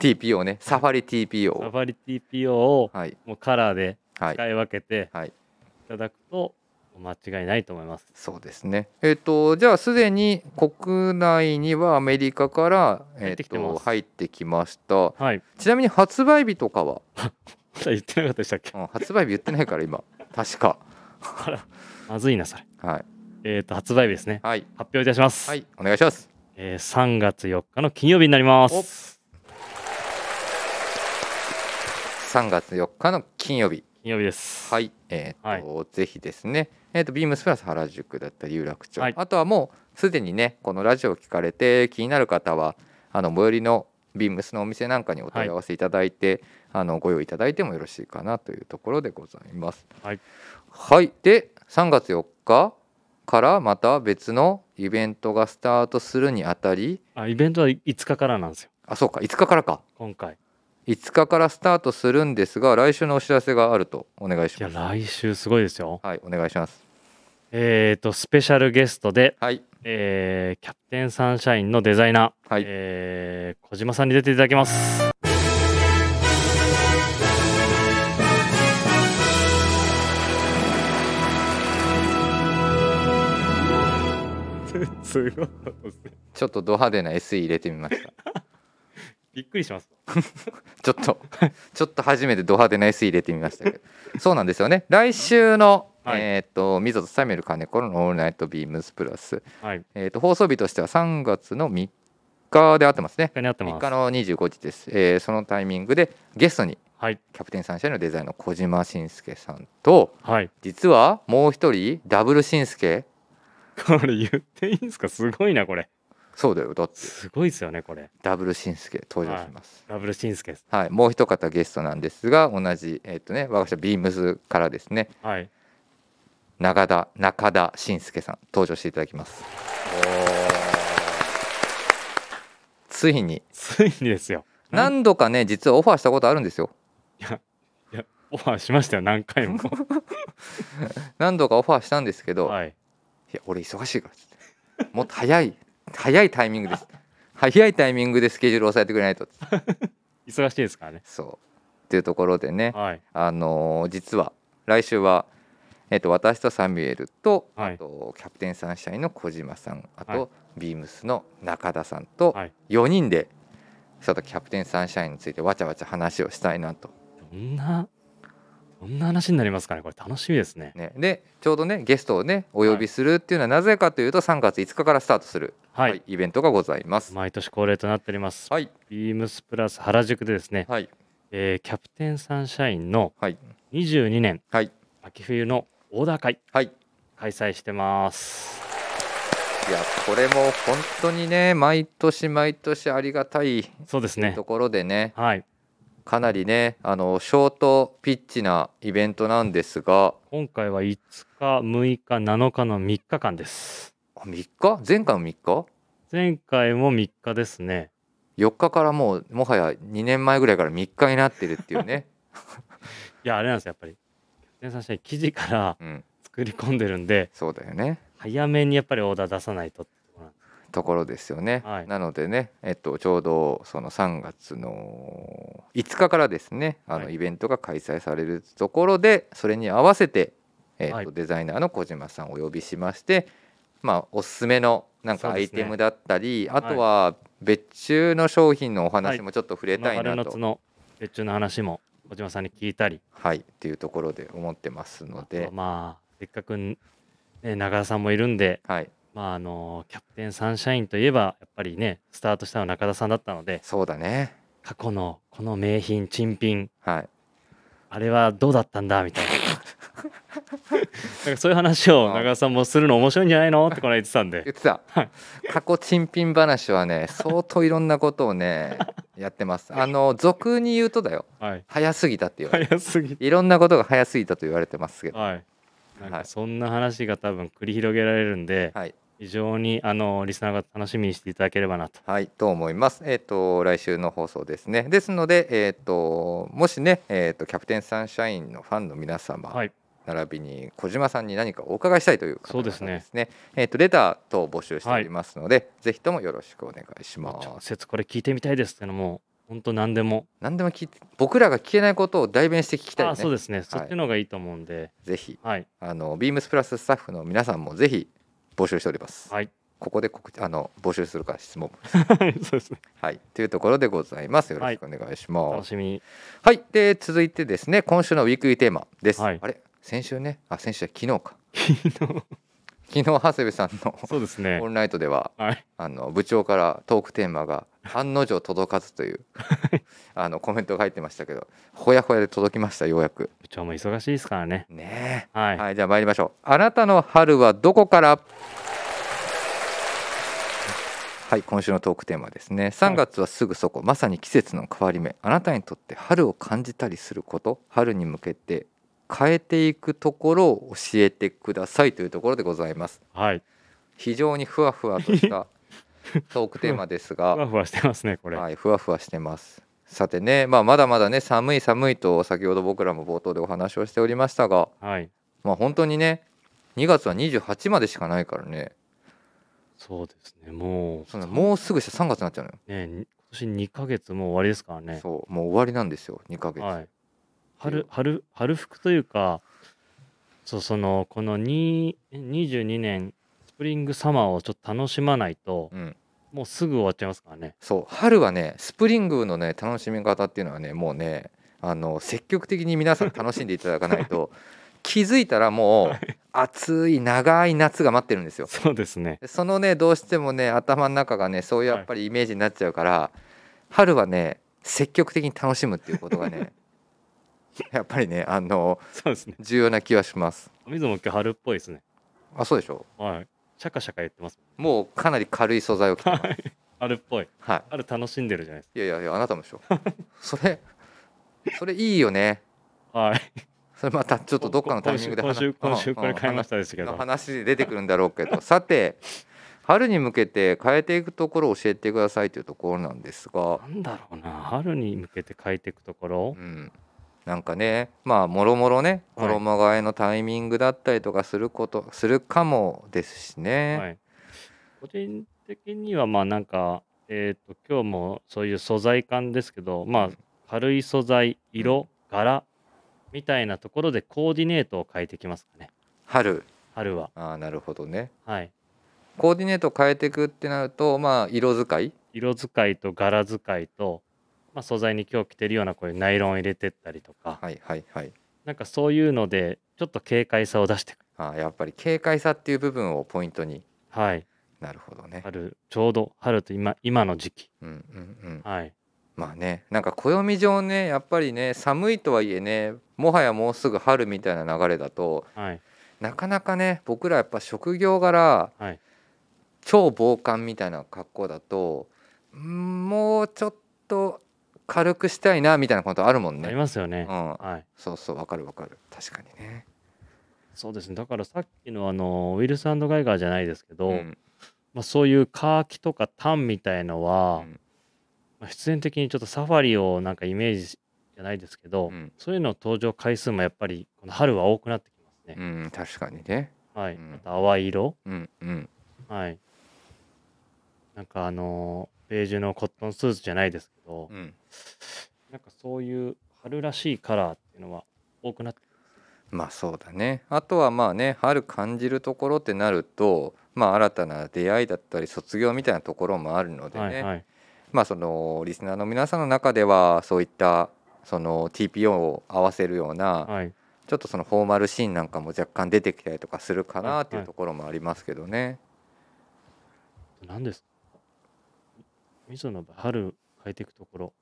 S1: TPO ねサファリ
S3: サ
S1: TPO
S3: ファリ TPO を、
S1: はい
S3: もうカラーで
S1: はい
S3: 使い分けて
S1: はい
S3: いただくと、間違いないと思います。
S1: そうですねえっ、とじゃあすでに国内にはアメリカから
S3: 入
S1: え
S3: って
S1: っ
S3: きてま
S1: と
S3: す
S1: 入ってきました
S3: はい。
S1: ちなみに発売日とかは、
S3: まだ言ってなかったでしたっけ
S1: うん、発売日言ってないから今確か
S3: まずいな、それ。
S1: はい
S3: えっ、と、発売日ですね。
S1: はい、
S3: 発表いたします。
S1: はい、お願いします
S3: えー、3月4日の金曜日になります。
S1: 3月4日の金曜日
S3: 金曜日です。
S1: はい、えーとぜひですね、えー、とビームスプラス原宿だったり有楽町、
S3: はい
S1: あとはもうすでにねこのラジオを聞かれて気になる方はあの最寄りのビームスのお店なんかにお問い合わせいただいて、あのご用意いただいてもよろしいかなというところでございます。
S3: はい、
S1: はい、で3月4日からまた別のイベントがスタートするにあたり
S3: あイベントは5日からなんですよ、
S1: あそうか5日からか
S3: 今回。
S1: 5日からスタートするんですが来週のお知らせがあるとお願いし
S3: いや、
S1: ます。
S3: 来週すごいですよ。
S1: はい、お願いします。
S3: えっ、と、スペシャルゲストで、
S1: はい、
S3: えーキャプテンサンシャインのデザイナー、
S1: はい
S3: えー小島さんに出ていただきます。 <laughs> すごいですね。
S1: ちょっとド派手な SE 入れてみました。
S3: びっくりします。
S1: ちょっと、 <laughs> ちょっと初めてド派手な SE 入れてみましたけど。そうなんですよね。来週の、
S3: はい
S1: えっ、と、ミゾとサミュエル金子のオールナイトビームスプラス。
S3: はい。
S1: えっ、と、放送日としては3月の3日で合ってますね。
S3: 他に合ってま
S1: 3
S3: す。
S1: 日の25時です。えーそのタイミングでゲストに
S3: はい。
S1: キャプテンサンシャインのデザインの小島慎介さんと、
S3: はい。
S1: 実はもう一人ダブル慎介
S3: これ言っていいんですかすごいなこれ
S1: そうだよだって
S3: すごいですよねこれ
S1: ダブルしんすけ登場します
S3: ダブルシンスケです
S1: はい、もう一方ゲストなんですが同じえっ、とね我が社ビームスからですね
S3: はい
S1: 長田中田信介さん登場していただきますついに
S3: ついにですよ
S1: 何度かね実はオファーしたことあるんですよ
S3: オファーしましたよ何回も
S1: 何度かオファーしたんですけど、い、
S3: はい
S1: や俺忙しいからっつってもっと早い早いタイミングです早いタイミングでスケジュールを抑えてくれないと
S3: 忙しいですからね
S1: そうっていうところでね
S3: はい
S1: あのー実は来週は、えっと私とサミュエルと
S3: はい
S1: あとキャプテンサンシャインの小島さんあと、
S3: はい
S1: ビームスの中田さんと
S3: はい
S1: 4人で、ちょっとキャプテンサンシャインについてわちゃわちゃ話をしたいなと、
S3: どんなどんな話になりますかねこれ楽しみですね
S1: ね、でちょうどねゲストをねお呼びするっていうのはなぜかというと3月5日からスタートする、
S3: はい、
S1: はいイベントがございます。
S3: 毎年恒例となっております、
S1: はい、
S3: ビームスプラス原宿でですね、
S1: はい、
S3: えーキャプテンサンシャインの
S1: はい、
S3: 22年
S1: はい、
S3: 秋冬のオーダー会
S1: はい
S3: 開催してます
S1: いやこれも本当にね毎年毎年ありがたい
S3: そうですね
S1: ところでね
S3: はい
S1: かなりねあのショートピッチなイベントなんですが
S3: 今回は5日6日7日の3日間です
S1: あ3日前回も3日
S3: 前回も3日ですね
S1: 4日からもうもはや2年前ぐらいから3日になってるっていうね、
S3: いやあれなんですよやっぱりキャプテンサンシャイン記事から
S1: うん、
S3: 作り込んでるんで
S1: そうだよね
S3: 早めにやっぱりオーダー出さないとってところなんで
S1: ところですよね、
S3: はい
S1: なのでね、えっと、ちょうどその3月の5日からですねあの
S3: はい
S1: イベントが開催されるところでそれに合わせて、えっと
S3: はい
S1: デザイナーの小島さんをお呼びしまして、まあ、おすすめのなんか
S3: そう
S1: ア
S3: で
S1: イ
S3: すね
S1: テムだったり、あとは別注の商品のお話もちょっと触れ
S3: すこ
S1: た
S3: の
S1: い
S3: 丸
S1: な
S3: の
S1: と、
S3: つの別注の話も小島さんに聞いたり
S1: はい、っていうところで思ってますの
S3: あ
S1: で
S3: と、まあせっかく、ね、中田さんもいるんで、
S1: はい、
S3: まあ、あのキャプテンサンシャインといえばやっぱりねスタートしたのは中田さんだったので
S1: そうだね、
S3: 過去のこの名品珍品
S1: はい、
S3: あれはどうだったんだみたい
S1: <laughs>
S3: ななんかそういう話を
S1: あ
S3: 中田さんもするの面白いんじゃないのってこの間言ってたん
S1: 言っ
S3: で
S1: てた
S3: はい
S1: 過去珍品話はね相当いろんなことを
S3: <laughs>
S1: ねやってますあの俗に言うとだよ
S3: はい
S1: 早すぎたっていう
S3: 早すぎて
S1: いろんなことが早すぎたと言われてますけど
S3: はいなん
S1: は
S3: か
S1: い
S3: そんな話が多分繰り広げられるんで、
S1: はい
S3: 非常にあのリスナーが楽しみにしていただければなと
S1: はいと思いますえっ、と来週の放送ですねですのでえっ、ともしねえっ、とキャプテンサンシャインのファンの皆様、
S3: はい
S1: 並びに小島さんに何かお伺いしたいという方
S3: そう
S1: 々
S3: ですね
S1: ですねえっ、とレター等を募集しておりますので、ぜひともよろしくお願いしま
S3: 直
S1: す
S3: 接これ聞いてみたいですっていうのも本当何でも
S1: 何でも聞いて僕らが聞けないことを代弁して聞きたい
S3: あ
S1: よ
S3: あそう
S1: ね
S3: ですね、そっちの方がいいと思うんで
S1: ぜひ
S3: はい
S1: あのビームスプラススタッフの皆さんもぜひ募集しております。 <laughs>
S3: はい
S1: ここで告知あの募集するから質問
S3: そうですね
S1: はいというところでございます。よろしくお願いしま
S3: 楽
S1: す。
S3: しみに
S1: はい、で続いてですね今週のウィークリーテーマです。
S3: はい
S1: あれ先週ねあ先週は昨日か
S3: <laughs> 昨日
S1: 昨日長谷部さんの
S3: そうですね
S1: オンライトでは
S3: はい
S1: あの部長からトークテーマが案の定届かずというあのコメントが入ってましたけどほやほやで届きましたようやく
S3: 部長も忙しいですからね
S1: ねえ。
S3: はい、
S1: はい、じゃあ参りましょう。あなたの春はどこから。はい、今週のトークテーマですね。3月はすぐそこ、まさに季節の変わり目。あなたにとって春を感じたりすること、春に向けて変えていくところを教えてくださいというところでございます。
S3: はい、
S1: 非常にふわふわとした <laughs> トークテーマです
S3: ふわ
S1: が、
S3: ふわしてますねこれ、
S1: はい、ふわふわしてます。さてね、まあ、まだまだね寒い寒いと先ほど僕らも冒頭でお話をしておりましたが、
S3: はい、
S1: まあ本当にね2月は28までしかないからね
S3: そうですねもう
S1: そんなもうすぐした3月になっちゃうのよ、
S3: ねに今年2ヶ月もう終わりですからね
S1: そうもう終わりなんですよ2ヶ月、
S3: はい春春春服というかそうそのこのに22年スプリングサマーをちょっと楽しまないと
S1: うん、
S3: もうすぐ終わっちゃいますからね
S1: そう春はねスプリングのね楽しみ方っていうのはねもうねあの積極的に皆さん楽しんでいただかない
S3: <laughs>
S1: と気づいたらもう暑い長い夏が待ってるんですよ
S3: そうですね
S1: でそのねどうしてもね頭の中がねそういうやっぱりイメージになっちゃうから、春はね積極的に楽しむっていうことが
S3: <laughs>
S1: ねやっぱりねあの
S3: そうですね
S1: 重要な気はします
S3: 水も今日春っぽいですね
S1: あそうでしょ
S3: はいシャカシャカ言ってます。
S1: もうかなり軽い素材を着
S3: <laughs>
S1: てます、はい
S3: あるっぽい。ある楽しんでるじゃないです
S1: い、やいやいやあなたもでしょそれそれいいよね
S3: か。
S1: <laughs>
S3: はい。
S1: それまたちょっとどっかのタイミングで
S3: 今週、今
S1: う
S3: 週
S1: ん
S3: これ買いましたですけ
S1: の
S3: ど。
S1: 話で出てくるんだろうけどさて春に向けて変えていくところを教えてくださいというところなんですが、
S3: なんだろうな、春に向けて書いていくところ
S1: う。ん、なんかねまあもろもろね
S3: はい
S1: 衣替えのタイミングだったりとかすることするかもですしね、
S3: はい。個人的には、まあなんか、えっ、と、今日もそういう素材感ですけど、まあ、軽い素材、色、柄みたいなところでコーディネートを変えてきますかね、
S1: 春
S3: 春は。
S1: あーなるほどね
S3: はい。
S1: コーディネートを変えていくってなるとまあ色使い
S3: 色使いと柄使いと、まあ、素材に今日着てるようなこういうナイロンを入れてったりとか、
S1: はいはいはい
S3: なんかそういうのでちょっと軽快さを出してくる
S1: あーやっぱり軽快さっていう部分をポイントに
S3: はい
S1: なるほどね、
S3: 春ちょうど春と今今の時期
S1: うんうんうん、
S3: はい
S1: まあねなんか暦上ねやっぱりね寒いとはいえねもはやもうすぐ春みたいな流れだと
S3: はい
S1: なかなかね僕らやっぱ職業柄
S3: はい
S1: 超防寒みたいな格好だとんもうちょっと軽くしたいなみたいなことあるもん
S3: あ
S1: ね。
S3: りますよね
S1: う、ん、
S3: はい
S1: そうそうわかるわかる確かにね。
S3: そうですねだからさっきのあのウィルスガイガーじゃないですけど、
S1: うん
S3: まあ、そういうカーキとかタンみたいのは、
S1: うん
S3: まあ、必然的にちょっとサファリをなんかイメージじゃないですけど、
S1: うん
S3: そういうの登場回数もやっぱりこの春は多くなってきますね、
S1: うん、確かにね。、
S3: はいう
S1: ん
S3: あと淡い色、
S1: うんうん
S3: はい。なんかあのーベージュのコットンスーツじゃないですけど、
S1: うん。
S3: なんかそういう春らしいカラーっていうのは多くなって、
S1: まあそうだねあとはまあね春感じるところってなると、まあ、新たな出会いだったり卒業みたいなところもあるのでね、
S3: はいはい
S1: まあそのリスナーの皆さんの中ではそういったその TPO を合わせるような
S3: はい
S1: ちょっとそのフォーマルシーンなんかも若干出てきたりとかするか
S3: はい
S1: なってい
S3: は
S1: う
S3: い
S1: ところもありますけどね。
S3: 何ですか水野の場合春変えていくところ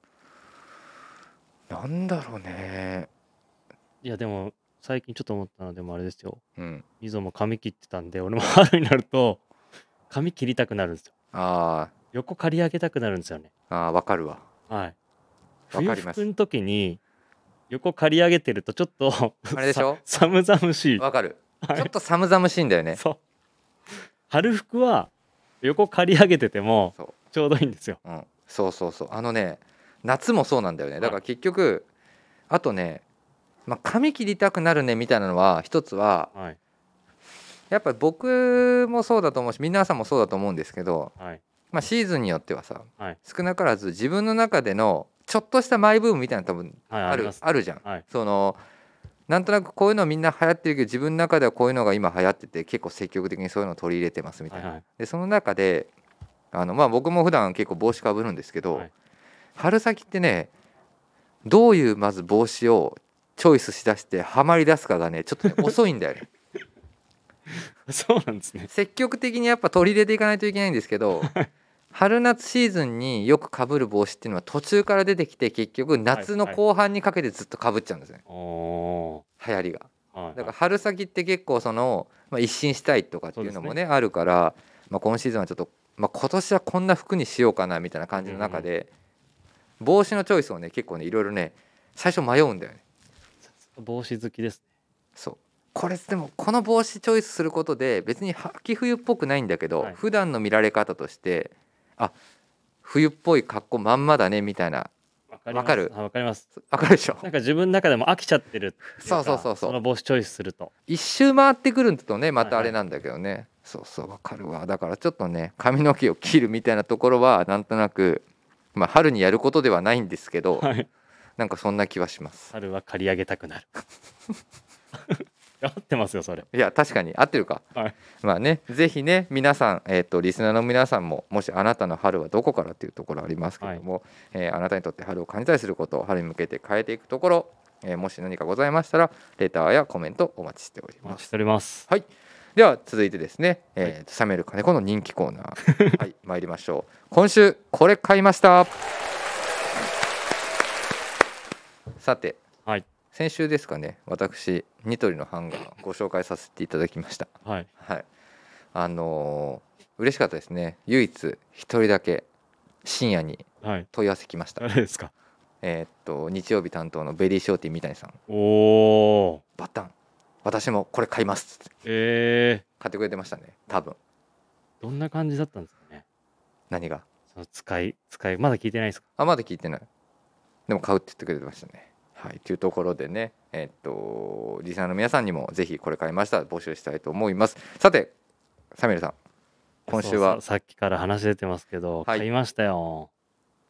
S1: なんだろうね。
S3: いやでも最近ちょっと思ったのでもあれですよ
S1: うん、
S3: 水野も髪切ってたんで俺も <laughs> 春になると髪切りたくなるんですよ
S1: あ
S3: 横刈り上げたくなるんですよね
S1: ーあーわかるわ。
S3: はい
S1: わか
S3: 冬
S1: ります
S3: 服の時に横刈り上げてるとちょっと <laughs>
S1: あれでしょ
S3: さ寒々しい
S1: わかる。ちょっと寒々しいんだよね。
S3: そう春服は横刈り上げてても
S1: そう
S3: ちょうどいいんですよ
S1: うん、そうそうそうあのね夏もそうなんだよねだから結局、あとね、まあ、髪切りたくなるねみたいなのは一つは
S3: はい
S1: やっぱり僕もそうだと思うし皆さんもそうだと思うんですけど、
S3: はい
S1: まあ、シーズンによってはさ、
S3: はい
S1: 少なからず自分の中でのちょっとしたマイブームみたいなの多分
S3: はい
S1: あ
S3: あり
S1: る
S3: ま
S1: あ
S3: す
S1: るじゃん。
S3: はい
S1: そのなんとなくこういうのみんな流行ってるけど自分の中ではこういうのが今流行ってて結構積極的にそういうのを取り入れてますみた
S3: はいい
S1: な、
S3: はい
S1: でその中であの、まあ、僕も普段結構帽子かぶるんですけど、
S3: はい
S1: 春先ってねどういうまず帽子をチョイスしだしてハマり出すかがねちょっと
S3: <laughs>
S1: ね遅いんだよね
S3: そうなんですね
S1: 積極的にやっぱ取り入れていかないといけないんですけ
S3: <laughs>
S1: ど春夏シーズンによくかぶる帽子っていうのは途中から出てきて結局夏の
S3: はい
S1: 後半にかけてずっとかぶっちゃうんですね
S3: おお
S1: 流行りが。
S3: ーはい
S1: だから
S3: は
S1: 春先って結構その、まあ、一新したいとかっていうのもねあるから、まあ、今シーズンはちょっと、まあ、今年はこんな服にしようかなみたいな感じの中で、帽子のチョイスをね結構ねいろいろね最初迷うんだよね。
S3: い帽子好きです
S1: そうこれでもこの帽子チョイスすることで別に秋冬っぽくないんだけど、
S3: はい
S1: 普段の見られ方としてあ冬っぽい格好まんまだねみたいな
S3: わか
S1: わ
S3: ります
S1: かる
S3: あわかります
S1: わかるでしょ
S3: なんか自分の中でも飽きちゃってるっていか
S1: そうそうそうそう
S3: その帽子チョイスすると
S1: 一周回ってくるとねまたあ
S3: はいは
S1: れ
S3: い
S1: なんだけどね、そうそうわかるわだからちょっとね髪の毛を切るみたいなところはなんとなく、まあ、春にやることではないんですけど、
S3: はい
S1: なんかそんな気はします
S3: 春は刈り上げたくなる合ってますよそれ
S1: いや確かに合ってるか、
S3: はい
S1: まあねぜひね皆さん、えー、とリスナーの皆さんももしあなたの春はどこからっていうところありますけれども、えーあなたにとって春を感じたりすることを春に向けて変えていくところ、えーもし何かございましたらレターやコメントお待ちしており
S3: お
S1: ま
S3: 待
S1: す
S3: ちしております
S1: では続いてですね、えー冷める金子の人気コーナ
S3: <laughs>
S1: ーはい参りましょう今週これ買いましたさて
S3: はい
S1: 先週ですかね私ニトリのハンガーをご紹介させていただきました
S3: はい
S1: はいあのー嬉しかったですね唯一一人だけ深夜に
S3: はい。
S1: 問い合わせきました
S3: 誰ですか
S1: えーっと日曜日担当のベリーショーティー三谷さん
S3: おおー。
S1: バッタン私もこれ買いますって
S3: え
S1: 買ってくれてましたね多分
S3: ー、どんな感じだったんですかね
S1: 何が
S3: その使い、使い、まだ聞いてないですか
S1: あまだ聞いてないでも買うって言ってくれてましたねはいというところでねえーっとリスナーの皆さんにもぜひこれ買いましたら募集したいと思いますさてサミュエルさん今週
S3: そう
S1: は
S3: ささっきから話出てますけど、
S1: はい
S3: 買いましたよ。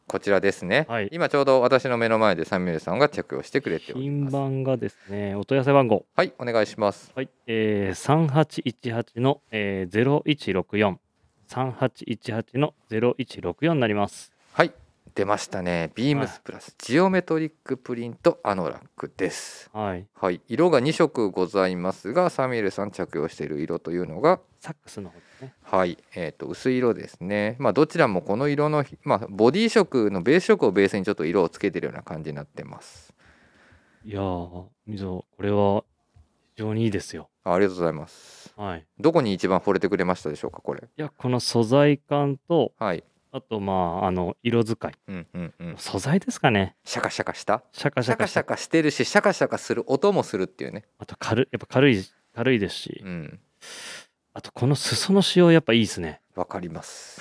S1: こちらですね、
S3: はい
S1: 今ちょうど私の目の前でサミュエルさんが着用してくれており
S3: 品
S1: ます
S3: 番がですね、お問い合わせ番号。
S1: はいお願いします
S3: はい。えー、3818の、えー、0164。3818の0164になります。
S1: はい出ましたねビームスプラスジオメトリックプリントアノラックです
S3: はい。
S1: はい色が2色ございますがサミュエルさん着用している色というのが
S3: サックスの方ですね。
S1: はい、えー、と薄い色ですね、まあ、どちらもこの色のひ、まあ、ボディ色のベース色をベースにちょっと色をつけてるような感じになってます
S3: いやー、みぞ、これは非常にいいですよ。
S1: あありがとうございます
S3: はい。
S1: どこに一番惚れてくれましたでしょうかこれ
S3: いや、この素材感と、
S1: はい
S3: あと、まあ、あの、色使い。
S1: うんうんうん
S3: 素材ですかね。
S1: シャカシャカした
S3: シャカシ
S1: シ
S3: ャ
S1: ャ
S3: カ
S1: カ
S3: し
S1: シャ
S3: た。
S1: カしてるしシャカシャカする音もするっていうね
S3: あと、軽い、やっぱ軽い、軽いですし
S1: う。ん
S3: あと、この裾の仕様、やっぱいいですね。
S1: わかります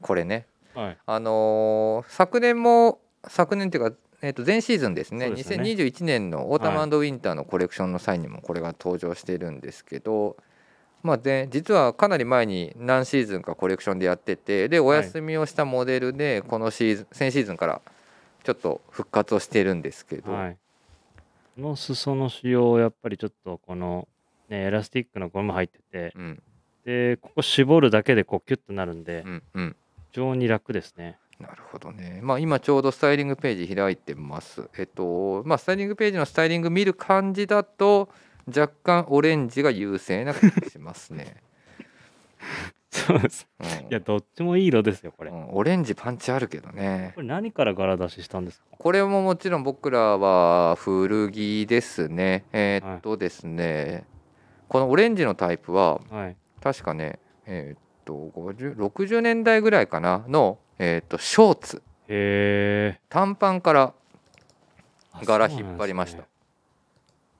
S1: これね
S3: はい。
S1: あのー昨年も昨年っていうか、えー、と前シーズンですね
S3: そうですよね
S1: 2021年のオータムウィンターのコレクションの際にもこれが登場しているんですけど、まあ、で実はかなり前に何シーズンかコレクションでやっててでお休みをしたモデルでこのシーズン先シーズンからちょっと復活をしているんですけど、
S3: はい。この裾の仕様、やっぱりちょっと、この、ね、エラスティックのゴム入ってて、
S1: うん
S3: で、ここ絞るだけで、こう、キュッとなるんで
S1: う、んうん、
S3: 非常に楽です
S1: <laughs>
S3: ね。
S1: なるほどね。まあ今ちょうどスタイリングページ開いてます。えっとまあスタイリングページのスタイリング見る感じだと若干オレンジが優勢な感じします
S3: <laughs>
S1: ね。
S3: そうです。
S1: うん
S3: いや、どっちもいい色ですよ、これ。
S1: う
S3: こ
S1: んオレンジパンチあるけどね。
S3: れ何から柄出ししたんですか
S1: これももちろん僕らは古着ですね。えっとですね、このオレンジのタイプは
S3: はい。
S1: 確かね、えっと50 60年代ぐらいかなの、えっとショーツ
S3: へえ。
S1: 短パンから
S3: あ
S1: 柄
S3: そうなんですね
S1: 引っ張りました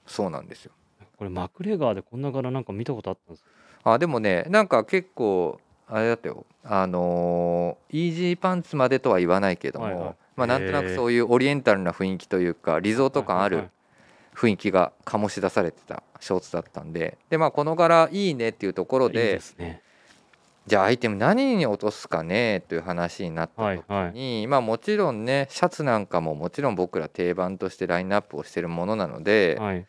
S1: そうなんですよ。
S3: これマクレガーでこんな柄なんか見たことあったんですか
S1: あでもねなんか結構あれだったよあのーイージーパンツまでとは言わないけども、
S3: はいはい
S1: まあ、なんとなくそういうオリエンタルな雰囲気というかリゾート感あ
S3: はい
S1: る雰囲気が醸し出されてたショーツだったんでで、まあ、この柄いいねっていうところ
S3: はいはいいい
S1: で
S3: ですね。
S1: じゃあアイテム何に落とすかねという話になった
S3: はい
S1: 時
S3: はい。
S1: に、まあ、もちろんねシャツなんかももちろん僕ら定番としてラインナップをしてるものなので、
S3: はい、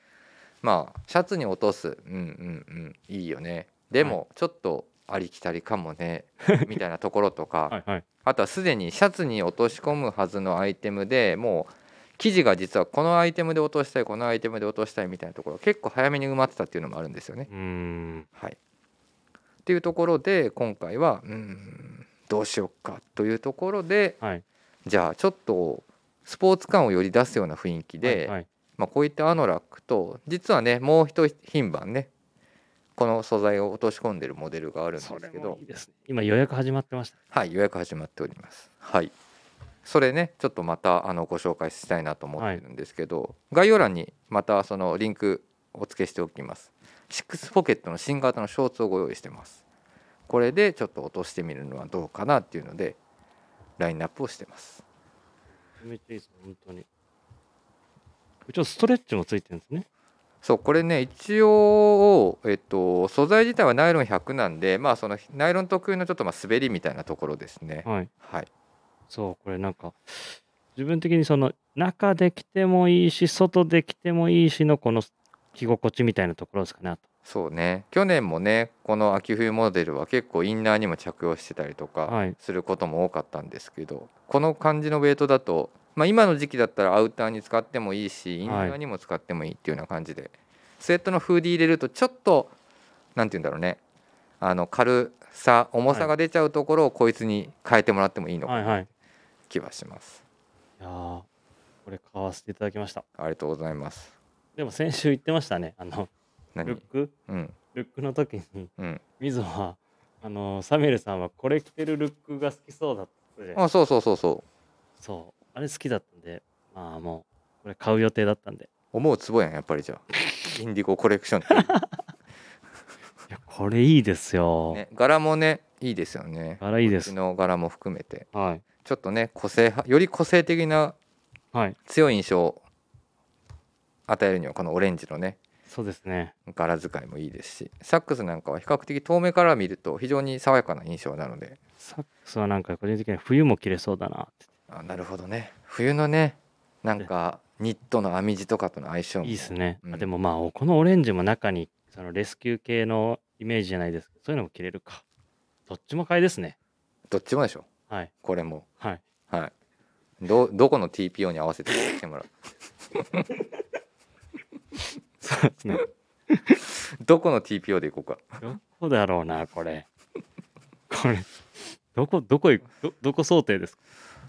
S1: まあシャツに落とすうんうんうんいいよねでもちょっとありきたりかも
S3: <laughs>
S1: ねみたいなところとか、
S3: はい、はい。
S1: あとはすでにシャツに落とし込むはずのアイテムでもう生地が実はこのアイテムで落としたいこのアイテムで落としたいみたいなところ結構早めに埋まってたっていうのもあるんですよね。
S3: うーん。
S1: はい、っていうところで今回はうんどうしようかというところで
S3: はい。
S1: じゃあちょっとスポーツ感をより出すような雰囲気で。
S3: はいはい、
S1: まあ、こういったアノラックと実はねもう一品番ねこの素材を落とし込んでるモデルがあるんです
S3: それ
S1: け
S3: も
S1: ど
S3: いいですね。今予約始まってました。
S1: はい予約始まっておりますはいそれねちょっとまたあのご紹介したいなと思ってるんですけど、概要欄にまたそのリンクお付けしておきますシックスポケットの新型のショーツをご用意してますこれでちょっと落としてみるのはどうかなっていうのでラインナップをしてます
S3: めっちゃいいです、本当に。これちょっとストレッチもついてるんですね。
S1: そうこれね一応、えっと、素材自体はナイロン100なんで、まあ、そのナイロン特有のちょっとまあ滑りみたいなところですね。
S3: はい。
S1: はい、
S3: そう、これなんか、自分的にその、中で着てもいいし、外で着てもいいしの、この着心地みたいなところですかね。あと
S1: そうね去年もねこの秋冬モデルは結構インナーにも着用してたりとか
S3: はい。
S1: することも多かったんですけど、この感じのウェイトだと、まあ、今の時期だったらアウターに使ってもいいしインナーにも使ってもいいっていうような感じで、スウェットのフーディ入れるとちょっとなんて言うんだろうねあの軽さ重さが出ちゃうところをこいつに変えてもらってもいいのか
S3: はいはい。い
S1: 気はします。
S3: やーこれ買わせていただきました。
S1: ありがとうございます。
S3: でも先週言ってましたね。あの、ル
S1: 何
S3: ッ？ク
S1: うん。
S3: ルックの時に、
S1: うん
S3: ミゾはあのサミュエルさんはこれ着てるルックが好きそうだったじゃない
S1: あそうそうそうそう
S3: そうあれ好きだったんでまあもうこれ買う予定だったんで
S1: 思うツボやんやっぱりじゃあインディゴコレクション
S3: <laughs>
S1: って
S3: いやこれいいですよ、
S1: ね柄もねいいですよね
S3: 柄いいです
S1: こっちの柄も含めて
S3: はい
S1: ちょっとね個性派より個性的な
S3: はい
S1: 強い印象を与えるにはこのオレンジのね
S3: そうですね
S1: 柄使いもいいですしサックスなんかは比較的遠目から見ると非常に爽やかな印象なので
S3: サックスはなんか個人的には冬も着れそうだなって
S1: あなるほどね冬のねなんかニットの編み地とかとの相性も
S3: いいですね、
S1: うん
S3: あでもまあおこのオレンジも中にそのレスキュー系のイメージじゃないですけどそういうのも着れるかどっちも買いですね
S1: どっちもでしょ
S3: はい
S1: これも
S3: はい
S1: はいどどこの TPO に合わせて着てもらう <laughs>
S3: そうですね
S1: どこの TPO でいこうか
S3: どこだろうなこれこれどこどこ行くどどこ想定ですか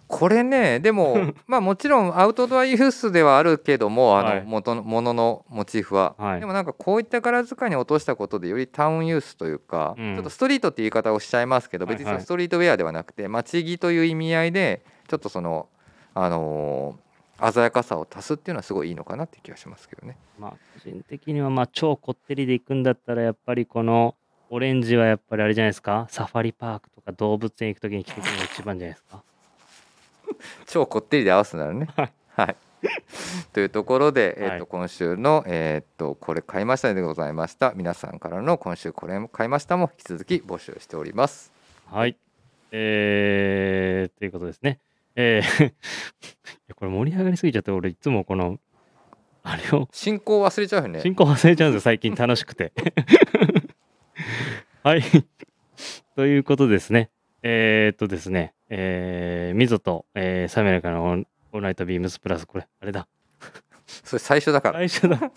S1: これねで
S3: <laughs>
S1: もまあもちろんアウトドアユースではあるけどもあ
S3: はい
S1: の元のもののモチーフは、
S3: はい
S1: でもなんかこういった柄使いに落としたことでよりタウンユースというか、
S3: うん
S1: ちょっとストリートって言い方をしちゃいますけど別にそ
S3: はい
S1: の
S3: はい
S1: ストリートウェアではなくて街着という意味合いでちょっとその、あのー鮮やかさを足すっていうのはすごいいいのかなっていう気がしますけどね。
S3: まあ個人的にはまあ超こってりで行くんだったらやっぱりこのオレンジはやっぱりあれじゃないですかサファリパークとか動物園行く時に着てくるのが一番じゃないですか
S1: 超こってりで合わすならね。はい。 <laughs> というところで、え
S3: は
S1: ー、
S3: い
S1: と今週の、えー、とこれ買いましたねでございました皆さんからの今週これ買いましたも引き続き募集しております
S3: はい。えー、ということですね。えー <laughs> いやこれ盛り上がりすぎちゃって、俺いつもこの、あれを、
S1: 進行忘れちゃうよね
S3: 進行忘れちゃうんですよ、最近楽しくて。 <laughs> はい。ということですね。えー、っとですね、えー、ミゾと、えー、サメラからのオンオールナイトビームスプラス、これ、あれだ。
S1: それ最初だから
S3: 最初だ。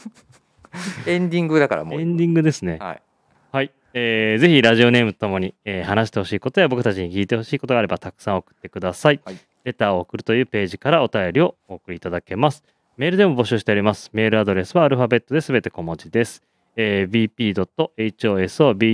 S1: エンディングだからもう
S3: エンディングですね。
S1: はい
S3: はい、えーぜひラジオネームとともに、えー話してほしいことや僕たちに聞いてほしいことがあればたくさん送ってください、
S1: はい
S3: レターを送るというページからお便りをお送りいただけますメールでも募集しておりますメールアドレスはアルファベットで全て小文字です、えー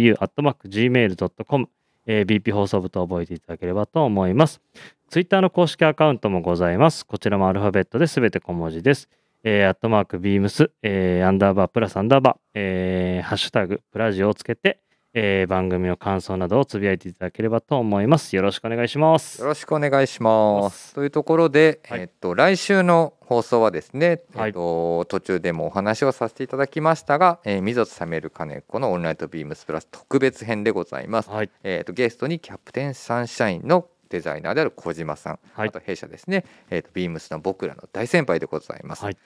S3: bp.hosobu.gmail.com、えー bp 放送部と覚えていただければと思いますツイッターの公式アカウントもございますこちらもアルファベットで全て小文字ですえー、アットマークビームス、えー、アンダーバープラスアンダーバー、えー、ハッシュタグプラジオをつけて、えー、番組の感想などをつぶやいていただければと思います。よろしくお願いします。
S1: よろしくお願いします。というところで、
S3: はい
S1: えっと来週の放送はですね、
S3: はい
S1: えっと途中でもお話をさせていただきましたが、えー、水戸と冷める金子のオンライトビームスプラス特別編でございます。
S3: はい、
S1: えっとゲストにキャプテンサンシャインのデザイナーである小島さん、
S3: はい
S1: あと弊社ですね、えっとビームスの僕らの大先輩でございます。
S3: はい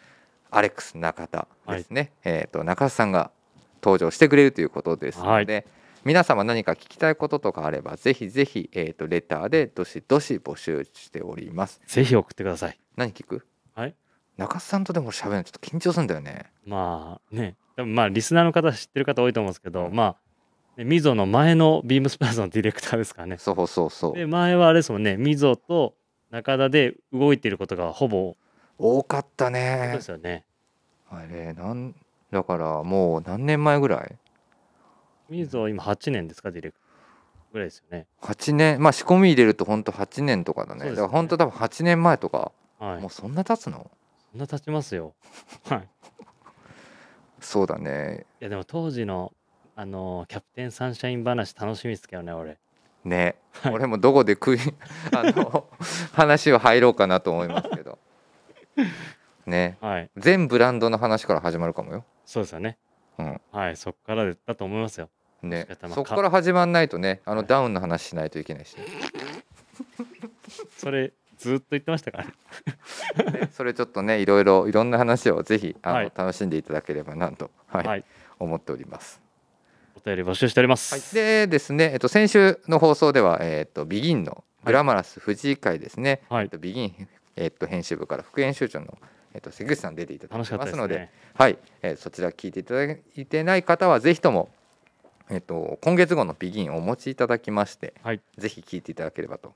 S1: アレックス中田ですね、えっと中田さんが登場してくれるということですので、皆様何か聞きたいこととかあればぜひぜひ、えー、とレターでどしどし募集しております
S3: ぜひ送ってください。
S1: 何聞く
S3: はい
S1: 中須さんとでも喋るのちょっと緊張するんだよね
S3: まあね、多分まあリスナーの方知ってる方多いと思うんですけど、
S1: うん
S3: まあ、ねミゾの前のビームスプラスのディレクターですからね。
S1: そうそうそう
S3: で、前はあれですもんね、ミゾと中田で動いていることがほぼ
S1: 多かった
S3: そう
S1: ね
S3: ですよね。
S1: あれなんだからもう何年前ぐらい
S3: ミゾ今8年ですか、ディレクター。ぐらいですよね。
S1: 8年まあ仕込み入れるとほんと8年とかだね
S3: そうで
S1: だ
S3: すね
S1: からほんと多分8年前とか、
S3: はい
S1: もう。そんな経つの
S3: そんな経ちますよ。はい。
S1: そうだね
S3: いやでも当時のあのーキャプテンサンシャイン話楽しみですけどね俺
S1: ね、
S3: はい
S1: 俺もどこで食い
S3: <laughs>
S1: あの話を入ろうかなと思いますけど
S3: <laughs>
S1: ね
S3: はい
S1: 全ブランドの話から始まるかもよ、
S3: そうですよね
S1: うん
S3: はいそっからでだと思いますよ
S1: ね
S3: 仕方、なく
S1: そこから始まんないとねあの
S3: はい
S1: ダウンの話しないといけないし、
S3: それずっと言ってましたからね
S1: ねそれちょっとねいろいろいろんな話をぜひあの、
S3: はい
S1: 楽しんでいただければなと、はい
S3: はい
S1: 思っております。
S3: お便り募集しておりま
S1: はい、
S3: す
S1: でですね、えっと、先週の放送では、えっと、ビギンのグラマラス藤井会ですね、
S3: は
S1: えっ
S3: い
S1: と、ビギン、えっと、編集部から副編集長の、えっと、関口さん出ていただ
S3: 楽
S1: い
S3: しか
S1: て
S3: った
S1: ま
S3: です
S1: ので
S3: すね
S1: はい、えーそちら聞いていただいてない方はぜひとも、えっと今月号のビギンをお持ちいただきまして、
S3: はい
S1: ぜひ聞いていただければと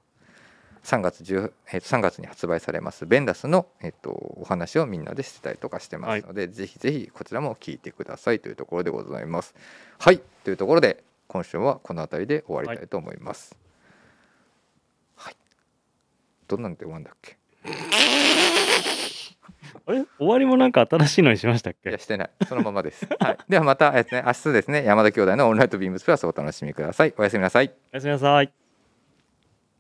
S1: 3月 ,10、えーと3月に発売されますベンダスの、えー、とお話をみんなでしてたりとかしてますので、ぜひぜひこちらも聞いてくださいというところでございます。はいというところで今週はこの辺りで終わりたいと思います。はい、どんなんで終わるんだっけ
S3: あれ終わりもなんか新しいのにしましたっ
S1: いや
S3: け
S1: してないそのままです、はい、ではまた、えーとね、明日ですね山田兄弟のオンライトビームスプラスをお楽しみくださいおやすみなさい
S3: おやすみなさい。